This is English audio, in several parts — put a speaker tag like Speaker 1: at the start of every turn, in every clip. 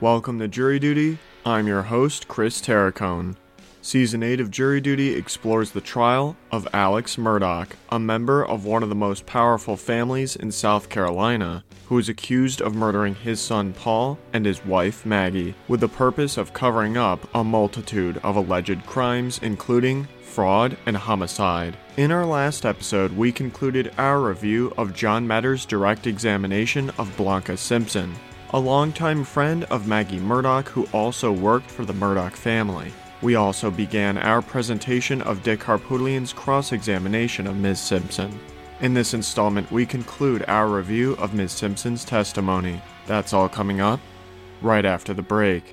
Speaker 1: Welcome to Jury Duty. I'm your host, Chris Terracone. Season 8 of Jury Duty explores the trial of Alex Murdoch, a member of one of the most powerful families in South Carolina, who is accused of murdering his son Paul and his wife Maggie with the purpose of covering up a multitude of alleged crimes, including fraud, and homicide. In our last episode, we concluded our review of John Matter's direct examination of Blanca Simpson, a longtime friend of Maggie Murdoch who also worked for the Murdoch family. We also began our presentation of Dick Harpoodlian's cross examination of Ms. Simpson. In this installment, we conclude our review of Ms. Simpson's testimony. That's all coming up right after the break.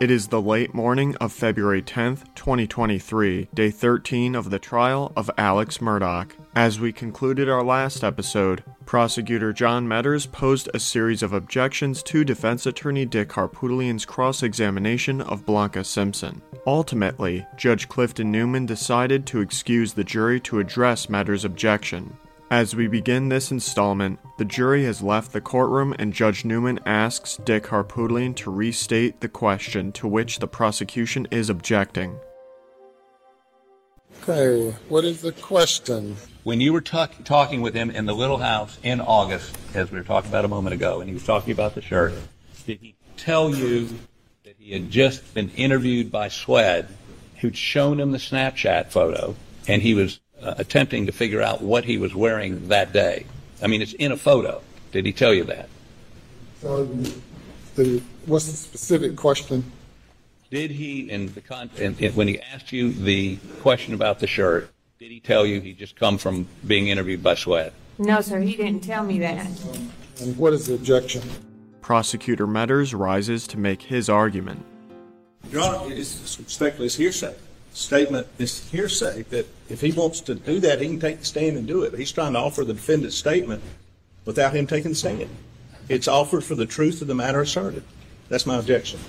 Speaker 1: It is the late morning of February 10th, 2023, day 13 of the trial of Alex Murdoch. As we concluded our last episode, prosecutor John Metters posed a series of objections to defense attorney Dick Harpoodlian's cross examination of Blanca Simpson. Ultimately, Judge Clifton Newman decided to excuse the jury to address Metters' objection. As we begin this installment, the jury has left the courtroom and Judge Newman asks Dick Harpoodlian to restate the question to which the prosecution is objecting.
Speaker 2: Okay, what is the question?
Speaker 3: when you were talk- talking with him in the little house in August, as we were talking about a moment ago, and he was talking about the shirt, did he tell you that he had just been interviewed by Swed, who'd shown him the Snapchat photo, and he was uh, attempting to figure out what he was wearing that day? I mean, it's in a photo. Did he tell you that?
Speaker 2: So, the, what's the specific question?
Speaker 3: Did he, in the con- in, in- when he asked you the question about the shirt, did he tell you he'd just come from being interviewed by Swed?
Speaker 4: No, sir, he didn't tell me that.
Speaker 2: And what is the objection?
Speaker 1: Prosecutor Metters rises to make his argument.
Speaker 5: Your Honor, it's respectfully, it's hearsay. Statement is hearsay that if he wants to do that, he can take the stand and do it. He's trying to offer the defendant's statement without him taking the stand. It's offered for the truth of the matter asserted. That's my objection.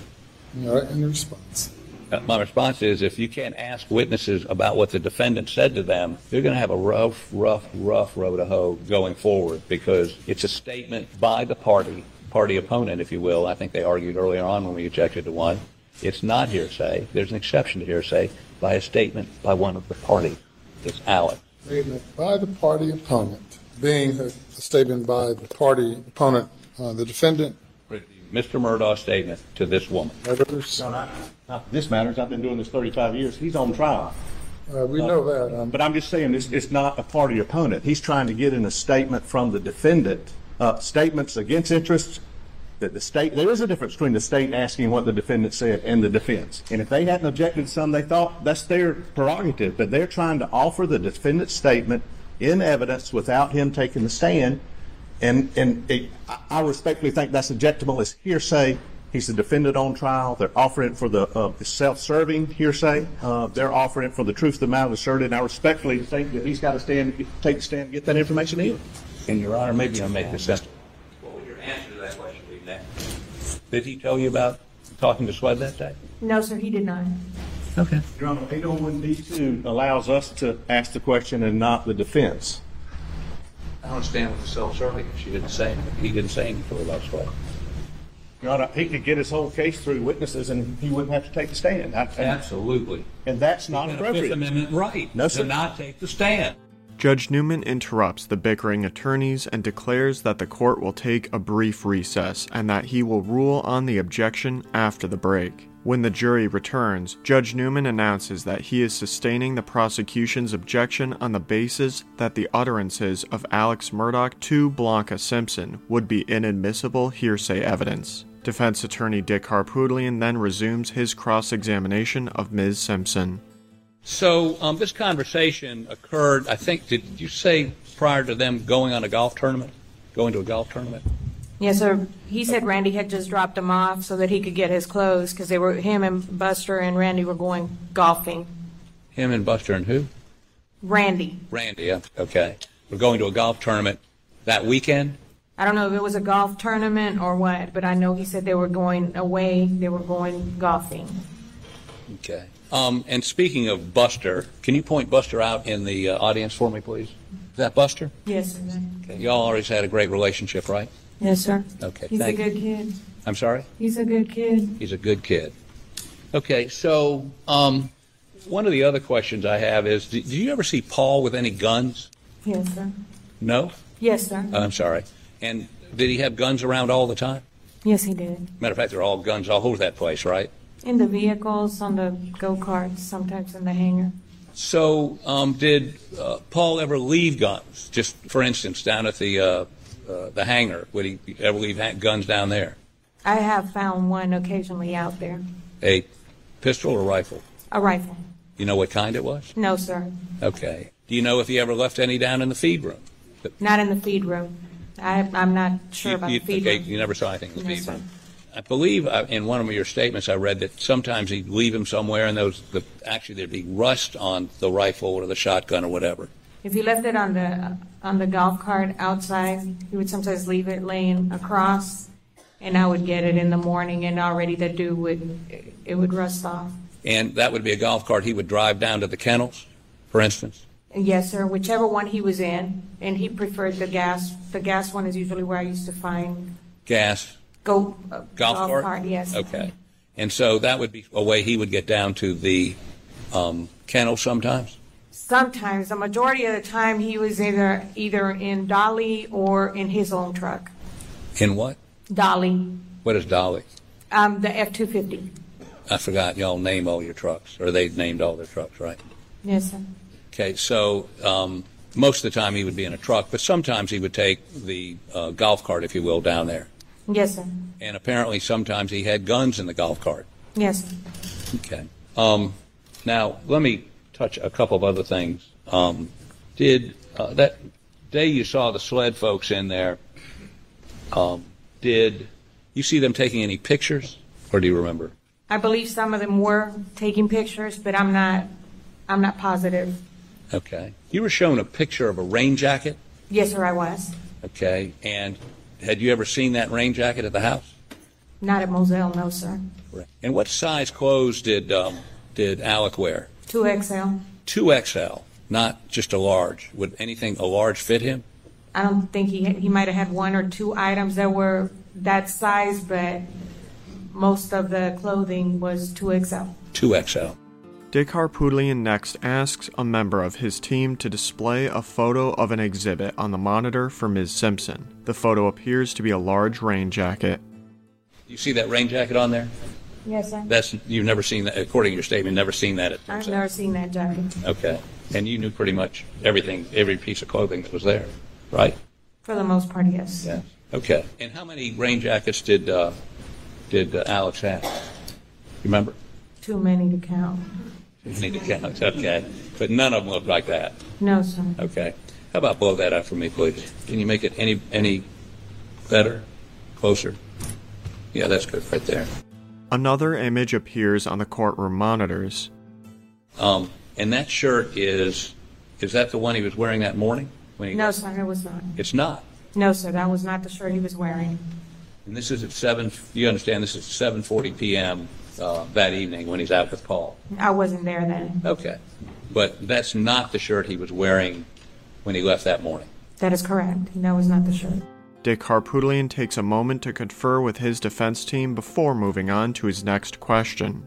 Speaker 2: All right, any response?
Speaker 3: Uh, My response is if you can't ask witnesses about what the defendant said to them, you're going to have a rough, rough, rough road to hoe going forward because it's a statement by the party, party opponent, if you will. I think they argued earlier on when we objected to one. It's not hearsay. There's an exception to hearsay by a statement by one of the party. It's Allen.
Speaker 2: Statement by the party opponent, being a statement by the party opponent, uh, the defendant,
Speaker 3: Mr. Murdoch's statement to this woman.
Speaker 2: others.
Speaker 6: No, not, not this matters. I've been doing this 35 years. He's on trial.
Speaker 2: Uh, we know that. Um,
Speaker 6: But I'm just saying, it's, it's not a party opponent. He's trying to get in a statement from the defendant. Uh, statements against interests that the state, there is a difference between the state asking what the defendant said and the defense. And if they hadn't objected to some, they thought that's their prerogative. But they're trying to offer the defendant's statement in evidence without him taking the stand. And, and it, I- I respectfully think that's objectionable as hearsay. He's the defendant on trial. They're offering it for the uh, self-serving hearsay. Uh, they're offering it for the truth of the matter asserted. And I respectfully think that he's got to stand, take the stand, and get that information in.
Speaker 3: And Your Honor, maybe I'm making sense. What would your answer to that question be now? Did he tell you about talking to Swed that day?
Speaker 4: No, sir, he did not.
Speaker 3: Okay.
Speaker 6: Your Honor, 801D2 allows us to ask the question and not the defense.
Speaker 3: I don't understand what the self-serving is. She didn't say anything. He didn't say anything to her about Swed.
Speaker 6: Your Honor, he could get his whole case through witnesses and he wouldn't have to take the stand. I-
Speaker 3: Absolutely.
Speaker 6: And that's not
Speaker 3: Fifth
Speaker 6: appropriate.
Speaker 3: Amendment right
Speaker 6: No,
Speaker 3: to
Speaker 6: sir.
Speaker 3: not take the stand.
Speaker 1: Judge Newman interrupts the bickering attorneys and declares that the court will take a brief recess and that he will rule on the objection after the break. When the jury returns, Judge Newman announces that he is sustaining the prosecution's objection on the basis that the utterances of Alex Murdoch to Blanca Simpson would be inadmissible hearsay evidence. Defense attorney Dick Harpoodlian then resumes his cross examination of Ms. Simpson.
Speaker 3: So um, this conversation occurred. I think did you say prior to them going on a golf tournament, going to a golf tournament?
Speaker 4: Yes, sir. He said Randy had just dropped him off so that he could get his clothes because they were, him and Buster and Randy were going golfing.
Speaker 3: Him and Buster and who?
Speaker 4: Randy.
Speaker 3: Randy. yeah, Okay. We're going to a golf tournament that weekend.
Speaker 4: I don't know if it was a golf tournament or what, but I know he said they were going away, they were going golfing.
Speaker 3: Okay. Um, and speaking of Buster, can you point Buster out in the uh, audience for me, please? Is that Buster?
Speaker 4: Yes, sir.
Speaker 3: Okay. Y'all always had a great relationship, right?
Speaker 4: Yes, sir.
Speaker 3: Okay,
Speaker 4: He's a
Speaker 3: thank you.
Speaker 4: good kid.
Speaker 3: I'm sorry.
Speaker 4: He's a good kid.
Speaker 3: He's a good kid. Okay, so um, one of the other questions I have is: Did you ever see Paul with any guns?
Speaker 4: Yes, sir.
Speaker 3: No. Uh,
Speaker 4: Yes, sir.
Speaker 3: I'm sorry. And did he have guns around all the time?
Speaker 4: Yes, he did.
Speaker 3: Matter of fact, they're all guns all over that place, right?
Speaker 4: In the vehicles, on the go-karts, sometimes in the hangar.
Speaker 3: So, um, did uh, Paul ever leave guns? Just for instance, down at the uh, uh, the hangar, would he ever leave ha- guns down there?
Speaker 4: I have found one occasionally out there.
Speaker 3: A pistol or rifle?
Speaker 4: A rifle.
Speaker 3: You know what kind it was?
Speaker 4: No, sir.
Speaker 3: Okay. Do you know if he ever left any down in the feed room? The-
Speaker 4: Not in the feed room. I, I'm not sure
Speaker 3: You-
Speaker 4: about
Speaker 3: you-
Speaker 4: the feed
Speaker 3: okay,
Speaker 4: room.
Speaker 3: You never saw anything in the
Speaker 4: No,
Speaker 3: feed
Speaker 4: sir.
Speaker 3: room. I believe uh, in one of your statements I read that sometimes he'd leave him somewhere and those the, actually there'd be rust on the rifle or the shotgun or whatever.
Speaker 4: If he left it on the on the golf cart outside, he would sometimes leave it laying across, and I would get it in the morning, and already the dew would it would rust off.
Speaker 3: And that would be a golf cart he would drive down to the kennels, for instance.
Speaker 4: And yes, sir. Whichever one he was in, and he preferred the gas. The gas one is usually where I used to find
Speaker 3: Gas,
Speaker 4: go uh,
Speaker 3: golf,
Speaker 4: golf cart. Yes.
Speaker 3: Okay. And so that would be a way he would get down to the um, kennel sometimes.
Speaker 4: Sometimes, the majority of the time, he was either either in dolly or in his own truck.
Speaker 3: In what?
Speaker 4: Dolly,
Speaker 3: What is Dolly?
Speaker 4: um, the F two fifty.
Speaker 3: I forgot. Y'all name all your trucks, or they named all their trucks, right?
Speaker 4: Yes, sir.
Speaker 3: Okay, so um, most of the time he would be in a truck, but sometimes he would take the uh, golf cart, if you will, down there.
Speaker 4: Yes, sir.
Speaker 3: And apparently, sometimes he had guns in the golf cart.
Speaker 4: Yes, sir.
Speaker 3: Okay. Um, now, let me touch a couple of other things. Um, did uh, that day you saw the sled folks in there? Um, did you see them taking any pictures, or do you remember?
Speaker 4: I believe some of them were taking pictures, but I'm not, I'm not positive.
Speaker 3: Okay. You were shown a picture of a rain jacket.
Speaker 4: Yes, sir, I was.
Speaker 3: Okay. And had you ever seen that rain jacket at the house?
Speaker 4: Not at Moselle, no, sir.
Speaker 3: Right. And what size clothes did um, did Alec wear?
Speaker 4: Two XL.
Speaker 3: Two XL, not just a large. Would anything a large fit him?
Speaker 4: I don't think he, he might have had one or two items that were that size, but most of the clothing was two XL.
Speaker 3: Two XL.
Speaker 1: Dick Harpoodlian next asks a member of his team to display a photo of an exhibit on the monitor for Ms. Simpson. The photo appears to be a large rain jacket.
Speaker 3: You see that rain jacket on there?
Speaker 4: Yes, sir.
Speaker 3: That's you've never seen that. According to your statement, never seen that. At
Speaker 4: I've never seen that jacket.
Speaker 3: Okay. And you knew pretty much everything, every piece of clothing that was there, right?
Speaker 4: For the most part, yes.
Speaker 3: Yes. Okay. And how many rain jackets did uh, did uh, Alex have? You remember?
Speaker 4: Too many to count.
Speaker 3: You need to count. Okay. But none of them looked like that.
Speaker 4: No, sir.
Speaker 3: Okay. How about blow that up for me, please? Can you make it any any better, closer? Yeah, that's good right there.
Speaker 1: Another image appears on the courtroom monitors.
Speaker 3: Um, and that shirt is is that the one he was wearing that morning? When he
Speaker 4: No, sir, it was not.
Speaker 3: It's not.
Speaker 4: No, sir, that was not the shirt he was wearing.
Speaker 3: And this is at seven. You understand? This is 7:40 p.m. Uh, that evening when he's out with Paul.
Speaker 4: I wasn't there then.
Speaker 3: Okay. But that's not the shirt he was wearing when he left that morning.
Speaker 4: That is correct. That was not the shirt.
Speaker 1: Dick Harpoodlian takes a moment to confer with his defense team before moving on to his next question.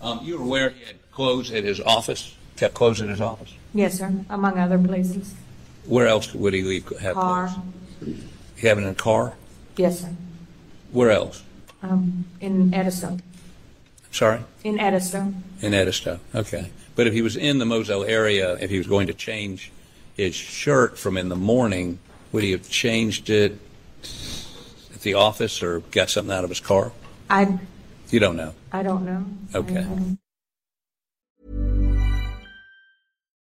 Speaker 3: Um, you were aware he had clothes at his office. Kept clothes in his office.
Speaker 4: Yes, sir. Among other places.
Speaker 3: Where else would he leave? Have
Speaker 4: Car.
Speaker 3: Clothes? He have it in a car.
Speaker 4: Yes, sir.
Speaker 3: Where else?
Speaker 4: Um, in Edison.
Speaker 3: Sorry?
Speaker 4: In Edison.
Speaker 3: In Edisto. Okay. But if he was in the Moselle area, if he was going to change his shirt from in the morning, would he have changed it at the office or got something out of his car?
Speaker 4: I,
Speaker 3: You don't know.
Speaker 4: I don't know.
Speaker 3: Okay.
Speaker 4: I- I don't-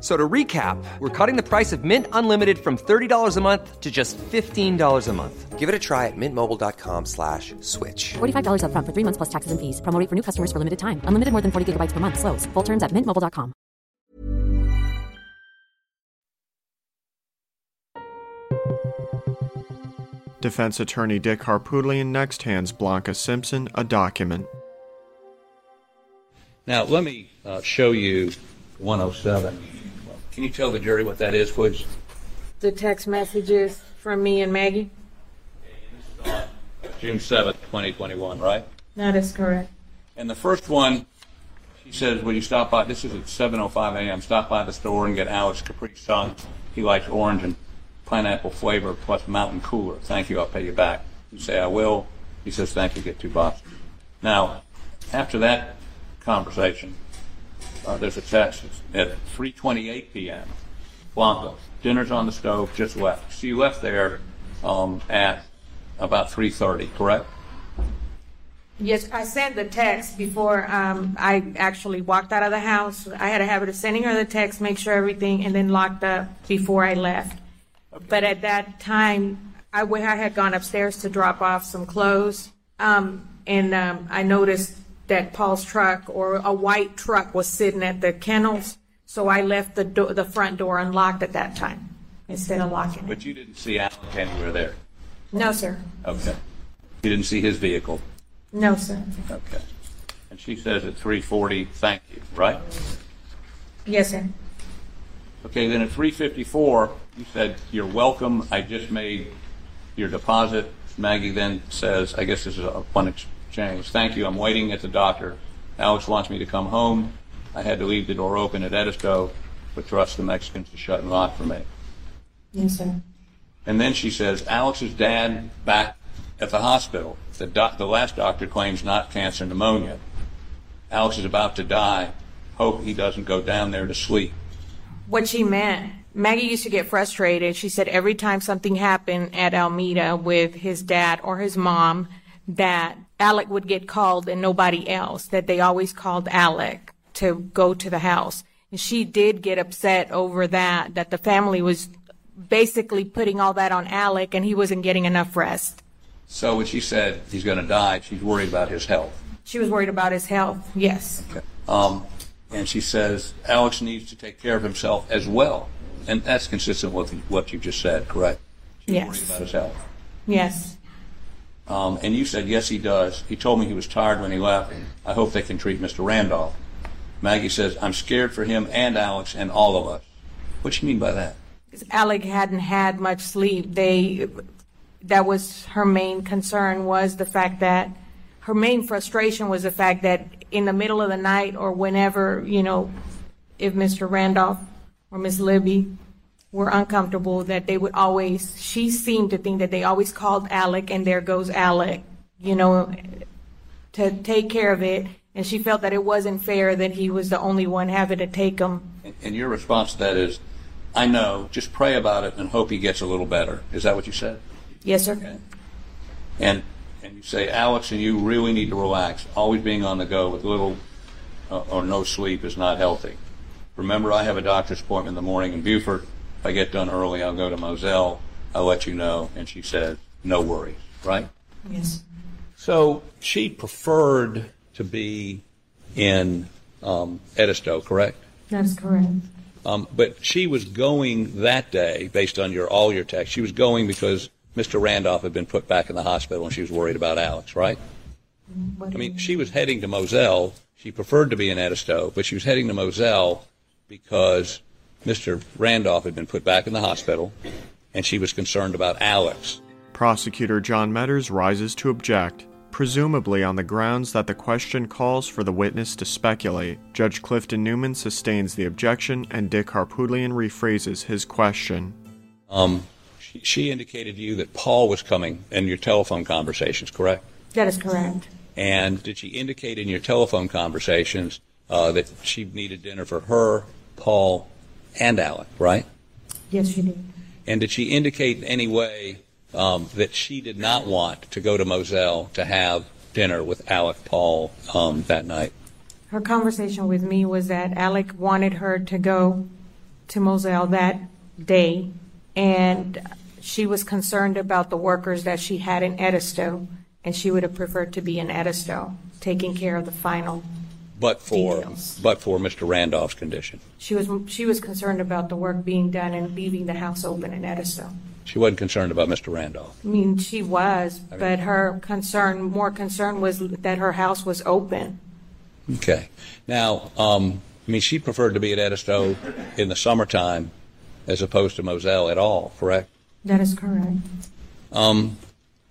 Speaker 7: So to recap, we're cutting the price of Mint Unlimited from $30 a month to just $15 a month. Give it a try at mintmobile.com slash switch.
Speaker 8: $45 upfront for three months plus taxes and fees. Promo rate for new customers for limited time. Unlimited more than 40 gigabytes per month. Slows. Full terms at mintmobile.com.
Speaker 1: Defense attorney Dick Harpoodlian next hands Blanca Simpson a document.
Speaker 3: Now, let me uh, show you 107. Can you tell the jury what that is, please?
Speaker 4: The text messages from me and Maggie?
Speaker 3: June 7th, 2021, right?
Speaker 4: That is correct.
Speaker 3: And the first one, she says, "Will you stop by?" This is at 7:05 a.m. Stop by the store and get Alex Capri Sun. He likes orange and pineapple flavor plus Mountain Cooler. Thank you. I'll pay you back. You say, "I will." He says, "Thank you. Get two boxes." Now, after that conversation, uh, there's a text at 3:28 p.m. Blanco, dinner's on the stove. Just left. She left there um, at about 3:30. Correct.
Speaker 4: Yes, I sent the text before um, I actually walked out of the house. I had a habit of sending her the text, make sure everything, and then locked up before I left. But at that time, I, went, I had gone upstairs to drop off some clothes, um, and um, I noticed that Paul's truck or a white truck was sitting at the kennels. So I left the do- the front door unlocked at that time instead of locking it.
Speaker 3: But you didn't see Alex anywhere there.
Speaker 4: No, sir.
Speaker 3: Okay. You didn't see his vehicle.
Speaker 4: No, sir.
Speaker 3: Okay. And she says at 3:40, "Thank you." Right?
Speaker 4: Yes, sir.
Speaker 3: Okay. Then at 3:54, you said, "You're welcome. I just made your deposit." Maggie then says, "I guess this is a one exchange. Thank you. I'm waiting at the doctor. Alex wants me to come home. I had to leave the door open at Edisto, but trust the Mexicans to shut and lock for me."
Speaker 4: Yes, sir.
Speaker 3: And then she says, Alex's dad back at the hospital. The, doc, the last doctor claims not cancer, pneumonia. Alex is about to die. Hope he doesn't go down there to sleep.
Speaker 4: what she meant. Maggie used to get frustrated. She said every time something happened at Almeida with his dad or his mom, that Alec would get called and nobody else, that they always called Alec to go to the house. And she did get upset over that, that the family was basically putting all that on Alec and he wasn't getting enough rest.
Speaker 3: So when she said he's going to die, she's worried about his health.
Speaker 4: She was worried about his health. Yes.
Speaker 3: Um, and she says Alex needs to take care of himself as well. And that's consistent with what you just said, correct? She's worried
Speaker 4: Yes.
Speaker 3: about his health.
Speaker 4: Yes.
Speaker 3: Um, and you said, yes, he does. He told me he was tired when he left. I hope they can treat Mr. Randolph. Maggie says, I'm scared for him and Alex and all of us. What do you mean by that?
Speaker 4: Alec hadn't had much sleep. They, that was her main concern was the fact that her main frustration was the fact that in the middle of the night or whenever, you know, if Mr. Randolph or Miss Libby were uncomfortable, that they would always, she seemed to think that they always called Alec and there goes Alec, you know, to take care of it. And she felt that it wasn't fair that he was the only one having to take him.
Speaker 3: And, and your response to that is, I know, just pray about it and hope he gets a little better. Is that what you said?
Speaker 4: Yes, sir.
Speaker 3: And, and you say, Alex and you really need to relax. Always being on the go with little uh, or no sleep is not healthy. Remember, I have a doctor's appointment in the morning in Beaufort. If I get done early, I'll go to Moselle. I'll let you know. And she said, no worries, right?
Speaker 4: Yes.
Speaker 3: So she preferred to be in um, Edisto, correct?
Speaker 4: That's correct.
Speaker 3: Um, but she was going that day, based on your all your text. She was going because Mr. Randolph had been put back in the hospital, and she was worried about Alex, right?
Speaker 4: What
Speaker 3: I
Speaker 4: do you
Speaker 3: mean, she was heading to Moselle. She preferred to be in Edisto, but she was heading to Moselle because Mr. Randolph had been put back in the hospital, and she was concerned about Alex.
Speaker 1: Prosecutor John Metters rises to object, presumably on the grounds that the question calls for the witness to speculate. Judge Clifton Newman sustains the objection and Dick Harpoodlian rephrases his question.
Speaker 3: Um, She- She indicated to you that Paul was coming in your telephone conversations, correct?
Speaker 4: That is correct.
Speaker 3: And did she indicate in your telephone conversations uh, that she needed dinner for her, Paul, and Alec, right?
Speaker 4: Yes, she did.
Speaker 3: And did she indicate in any way um, that she did not want to go to Moselle to have dinner with Alec Paul um, that night?
Speaker 4: Her conversation with me was that Alec wanted her to go to Moselle that day, and she was concerned about the workers that she had in Edisto, and she would have preferred to be in Edisto, taking care of the final.
Speaker 3: But for
Speaker 4: Details.
Speaker 3: but for Mr. Randolph's condition,
Speaker 4: She was she was concerned about the work being done and leaving the house open in Edisto.
Speaker 3: she wasn't concerned about Mr. Randolph.
Speaker 4: I mean, she was, but her concern, more concern, was that her house was open.
Speaker 3: Okay. Now, um, I mean, she preferred to be at Edisto in the summertime as opposed to Moselle at all, correct?
Speaker 4: That is correct.
Speaker 3: Um,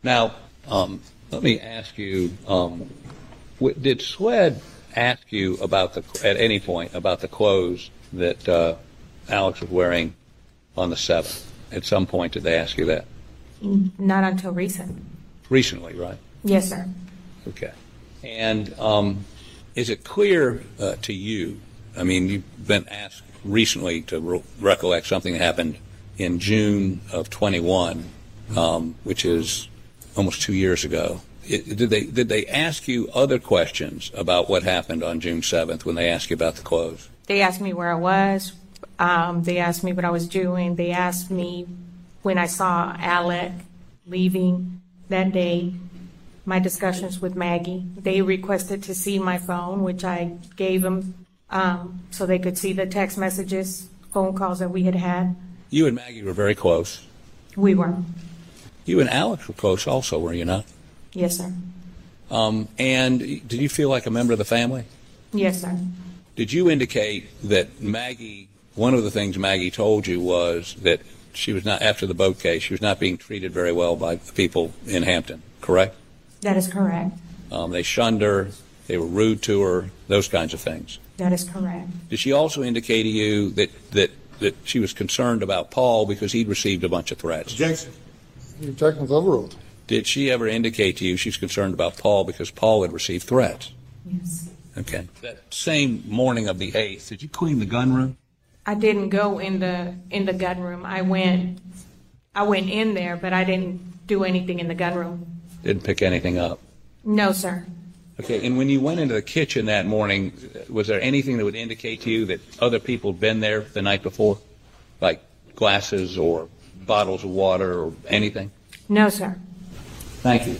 Speaker 3: now, um, let me ask you: um, w- Did Swed ask you about the at any point about the clothes that uh, Alex was wearing on the seventh? At some point, did they ask you that?
Speaker 4: Not until recent.
Speaker 3: Recently, right?
Speaker 4: Yes, sir.
Speaker 3: Okay. And um, is it clear uh, to you? I mean, you've been asked recently to re- recollect something that happened in June of 21, um, which is almost two years ago. It, did they did they ask you other questions about what happened on June 7th when they asked you about the clothes?
Speaker 4: They asked me where I was. Um, they asked me what I was doing. They asked me when I saw Alec leaving that day. My discussions with Maggie. They requested to see my phone, which I gave them um, so they could see the text messages, phone calls that we had had.
Speaker 3: You and Maggie were very close.
Speaker 4: We were.
Speaker 3: You and Alex were close also, were you not?
Speaker 4: Yes, sir.
Speaker 3: Um, and did you feel like a member of the family?
Speaker 4: Yes, sir.
Speaker 3: Did you indicate that Maggie, one of the things Maggie told you was that she was not, after the boat case, she was not being treated very well by the people in Hampton, correct?
Speaker 4: That is correct.
Speaker 3: Um, they shunned her, they were rude to her, those kinds of things.
Speaker 4: That is correct.
Speaker 3: Did she also indicate to you that, that, that she was concerned about Paul because he'd received a bunch of threats?
Speaker 5: Objection.
Speaker 2: Objection is overruled.
Speaker 3: Did she ever indicate to you she's concerned about Paul because Paul had received threats?
Speaker 4: Yes.
Speaker 3: Okay. That same morning of the 8th, did you clean the gun room?
Speaker 4: I didn't go in the in the gun room. I went I went in there, but I didn't do anything in the gun room.
Speaker 3: Didn't pick anything up.
Speaker 4: No, sir.
Speaker 3: Okay, and when you went into the kitchen that morning, was there anything that would indicate to you that other people had been there the night before? Like glasses or bottles of water or anything?
Speaker 4: No, sir.
Speaker 3: Thank you.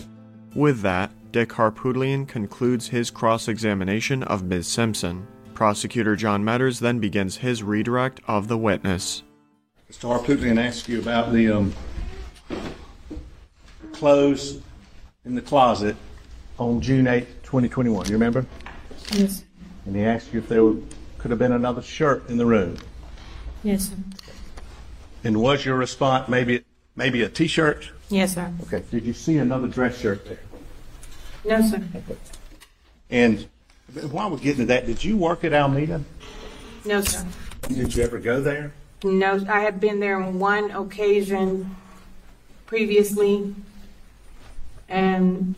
Speaker 1: With that, Dick Harpoodlian concludes his cross examination of Ms. Simpson. Prosecutor John Metters then begins his redirect of the witness.
Speaker 6: Mr. Harpootlian asked you about the um, clothes in the closet on June eighth, 2021. You remember?
Speaker 4: Yes.
Speaker 6: And he asked you if there were- could have been another shirt in the room.
Speaker 4: Yes, sir.
Speaker 6: And was your response maybe maybe a T-shirt?
Speaker 4: Yes, sir.
Speaker 6: Okay. Did you see another dress shirt there?
Speaker 4: No, sir.
Speaker 6: And while we're getting to that, did you work at Almeida?
Speaker 4: No, sir.
Speaker 6: Did you ever go there?
Speaker 4: No, I had been there on one occasion previously, and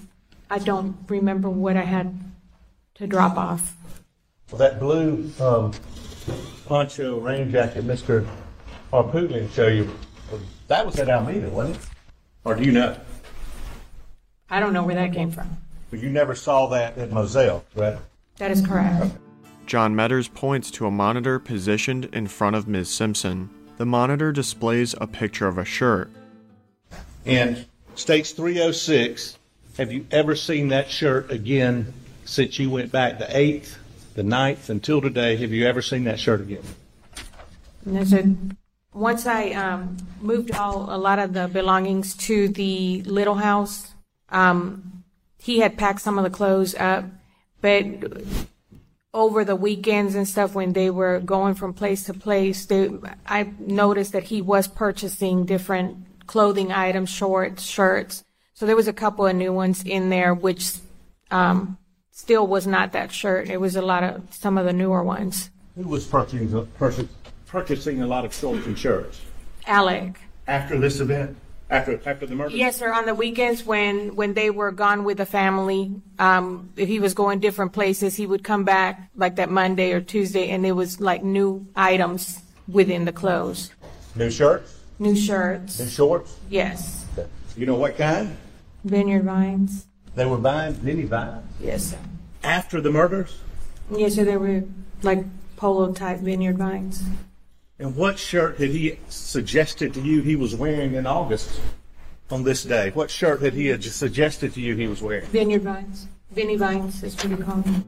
Speaker 4: I don't remember what I had to drop off.
Speaker 6: Well, that blue um, poncho rain jacket Mr. Harpootlian showed you, that was at Almeida, wasn't it? Or do you know?
Speaker 4: I don't know where that came from.
Speaker 6: But you never saw that at Moselle, right?
Speaker 4: That is correct.
Speaker 1: John Metters points to a monitor positioned in front of Ms. Simpson. The monitor displays a picture of a shirt.
Speaker 6: And states 306, have you ever seen that shirt again since you went back the 8th, the 9th, until today? Have you ever seen that shirt again?
Speaker 4: And there's a, once I um, moved all a lot of the belongings to the little house, um, he had packed some of the clothes up, but over the weekends and stuff when they were going from place to place, they, I noticed that he was purchasing different clothing items, shorts, shirts. So there was a couple of new ones in there, which um, still was not that shirt. It was a lot of some of the newer ones.
Speaker 6: Who was purchasing, purchasing a lot of shorts and shirts?
Speaker 4: Alec.
Speaker 6: after this event, after, after the murder?
Speaker 4: Yes, sir. On the weekends when, when they were gone with the family, um, if he was going different places, he would come back like that Monday or Tuesday and it was like new items within the clothes.
Speaker 6: New shirts,
Speaker 4: New shirts.
Speaker 6: shorts?
Speaker 4: Yes.
Speaker 6: You know what kind?
Speaker 4: Vineyard vines.
Speaker 6: They were buying, Vinnie vines?
Speaker 4: Yes, sir.
Speaker 6: After the murders?
Speaker 4: Yes, sir. They were like polo type vineyard vines.
Speaker 6: And what shirt had he suggested to you he was wearing in August on this day? What shirt had he had suggested to you he was wearing?
Speaker 4: Vineyard vines. Vinny vines is pretty common.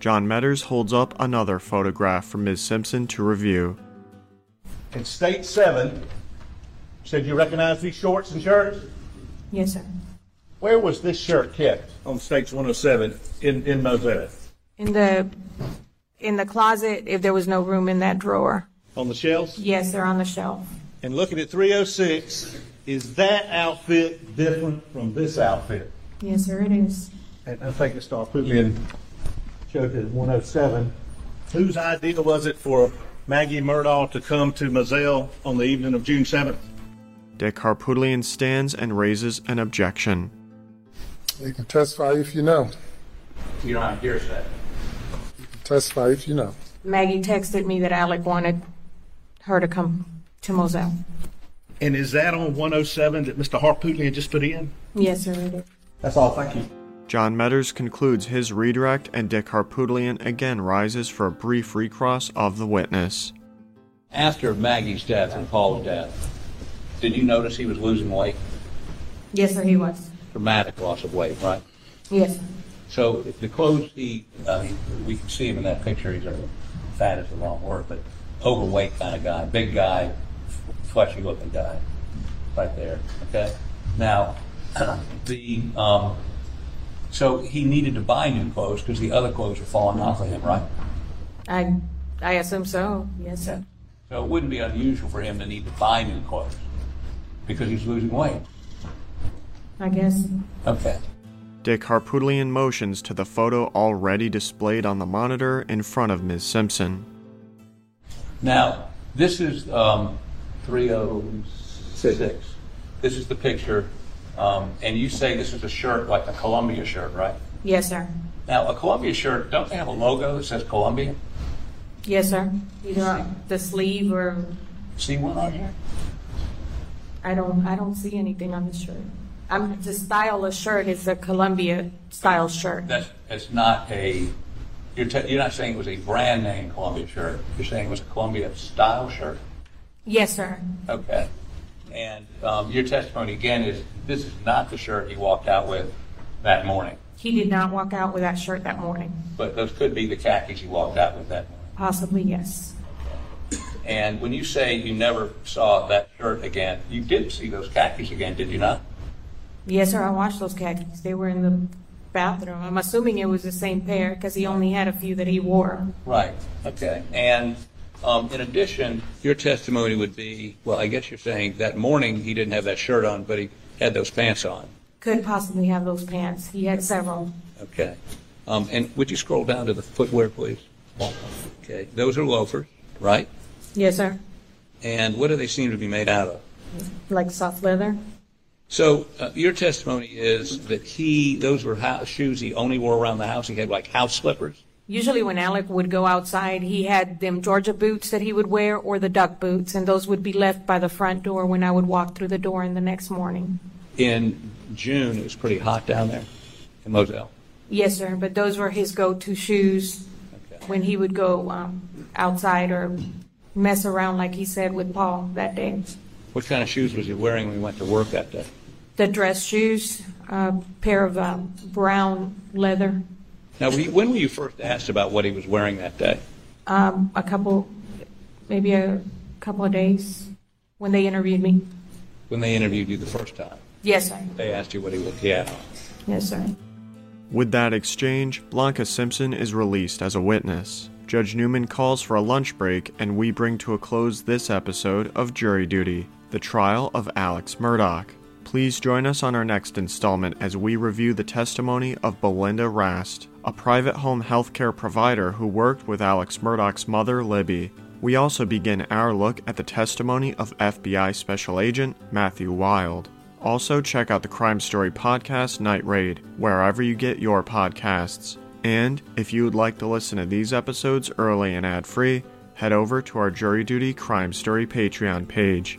Speaker 1: John Metters holds up another photograph for Ms. Simpson to review.
Speaker 6: In state seven, said you recognize these shorts and shirts?
Speaker 4: Yes, sir.
Speaker 6: Where was this shirt kept?
Speaker 5: on States 107 in, in Mosaic.
Speaker 4: In the, in the closet, if there was no room in that drawer.
Speaker 6: On the shelves?
Speaker 4: Yes, they're on the shelf.
Speaker 6: And looking at 306, is that outfit different from this outfit?
Speaker 4: Yes, sir, it is.
Speaker 6: And I think it's Starpoolian showed it 107.
Speaker 5: Whose idea was it for Maggie Murdaugh to come to Moselle on the evening of June 7th?
Speaker 1: Dick Harpoodlian stands and raises an objection.
Speaker 2: You can testify if you know.
Speaker 6: You don't have hearsay.
Speaker 2: Testify if you know.
Speaker 4: Maggie texted me that Alec wanted her to come to Moselle.
Speaker 5: And is that on 107 that Mr. Harpootlian just put in?
Speaker 4: Yes, sir, it is.
Speaker 6: That's all, thank you.
Speaker 1: John Metters concludes his redirect, and Dick Harpoodlian again rises for a brief recross of the witness.
Speaker 3: After Maggie's death and Paul's death, did you notice he was losing weight?
Speaker 4: Yes, sir, he was.
Speaker 3: Dramatic loss of weight, right?
Speaker 4: Yes. sir.
Speaker 3: So the clothes he, uh, we can see him in that picture. He's a fat is the wrong word, but overweight kind of guy, big guy, fleshy looking guy, right there. Okay. Now, the um, so he needed to buy new clothes because the other clothes were falling off of him, right?
Speaker 4: I, I assume so. Yes, sir.
Speaker 3: So it wouldn't be unusual for him to need to buy new clothes because he's losing weight.
Speaker 4: I guess.
Speaker 3: Okay.
Speaker 1: Dick Harpoodlian motions to the photo already displayed on the monitor in front of Ms. Simpson.
Speaker 3: Now, this is um, 306. This is the picture, um, and you say this is a shirt like a Columbia shirt, right?
Speaker 4: Yes, sir.
Speaker 3: Now, a Columbia shirt, don't they have a logo that says Columbia?
Speaker 4: Yes, sir. Either on the sleeve or,
Speaker 3: See one on here?
Speaker 4: I don't, I don't see anything on the shirt. I'm, the style of shirt is a Columbia style shirt.
Speaker 3: That's, it's not a, you're, te- you're not saying it was a brand name Columbia shirt. You're saying it was a Columbia style shirt.
Speaker 4: Yes, sir.
Speaker 3: Okay. And um, your testimony again is this is not the shirt he walked out with that morning,
Speaker 4: He did not walk out with that shirt that morning.
Speaker 3: but those could be the khakis he walked out with that morning.
Speaker 4: Possibly, yes.
Speaker 3: And when you say you never saw that shirt again, you did see those khakis again, did you not?
Speaker 4: Yes, sir. I washed those khakis. They were in the bathroom. I'm assuming it was the same pair because he only had a few that he wore.
Speaker 3: Right. Okay. And um, in addition, your testimony would be well, I guess you're saying that morning he didn't have that shirt on, but he had those pants on.
Speaker 4: Could possibly have those pants. He had several.
Speaker 3: Okay. Um, and would you scroll down to the footwear, please? Okay. Those are loafers, right?
Speaker 4: Yes, sir.
Speaker 3: And what do they seem to be made out of?
Speaker 4: Like soft leather.
Speaker 3: So uh, your testimony is that he, those were house, shoes he only wore around the house. He had like house slippers.
Speaker 4: Usually, when Alec would go outside, he had them Georgia boots that he would wear or the duck boots, and those would be left by the front door when I would walk through the door in the next morning.
Speaker 3: In June, it was pretty hot down there in Moselle.
Speaker 4: Yes, sir. But those were his go-to shoes when he would go um, outside or mess around, like he said, with Paul that day.
Speaker 3: What kind of shoes was he wearing when he went to work that day?
Speaker 4: the dress shoes, a pair of um, brown leather,
Speaker 3: Now, we, when were you first asked about what he was wearing that day?
Speaker 4: um, a couple, maybe a couple of days when they interviewed me.
Speaker 3: When they interviewed you the first time,
Speaker 4: Yes, sir.
Speaker 3: they asked you what he was. Yeah.
Speaker 4: Yes, sir.
Speaker 1: With that exchange, Blanca Simpson is released as a witness. Judge Newman calls for a lunch break, and we bring to a close this episode of Jury Duty the trial of Alex Murdoch. Please join us on our next installment as we review the testimony of Belinda Rast, a private home healthcare provider who worked with Alex Murdoch's mother, Libby. we also begin our look at the testimony of FBI Special Agent Matthew Wild. Also, check out the Crime Story Podcast Night Raid, wherever you get your podcasts. And if you would like to listen to these episodes early and ad free, head over to our Jury Duty Crime Story Patreon page.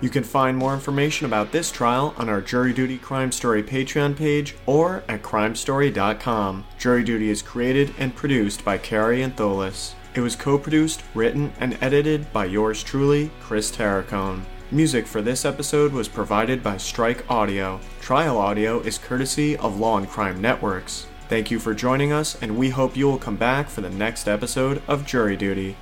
Speaker 1: You can find more information about this trial on our Jury Duty Crime Story Patreon page or at crimestory.com. Jury Duty is created and produced by Carrie Antholis. It was co produced, written, and edited by yours truly, Chris Terracone. Music for this episode was provided by Strike Audio. Trial audio is courtesy of Law and Crime Networks. Thank you for joining us, and we hope you will come back for the next episode of Jury Duty.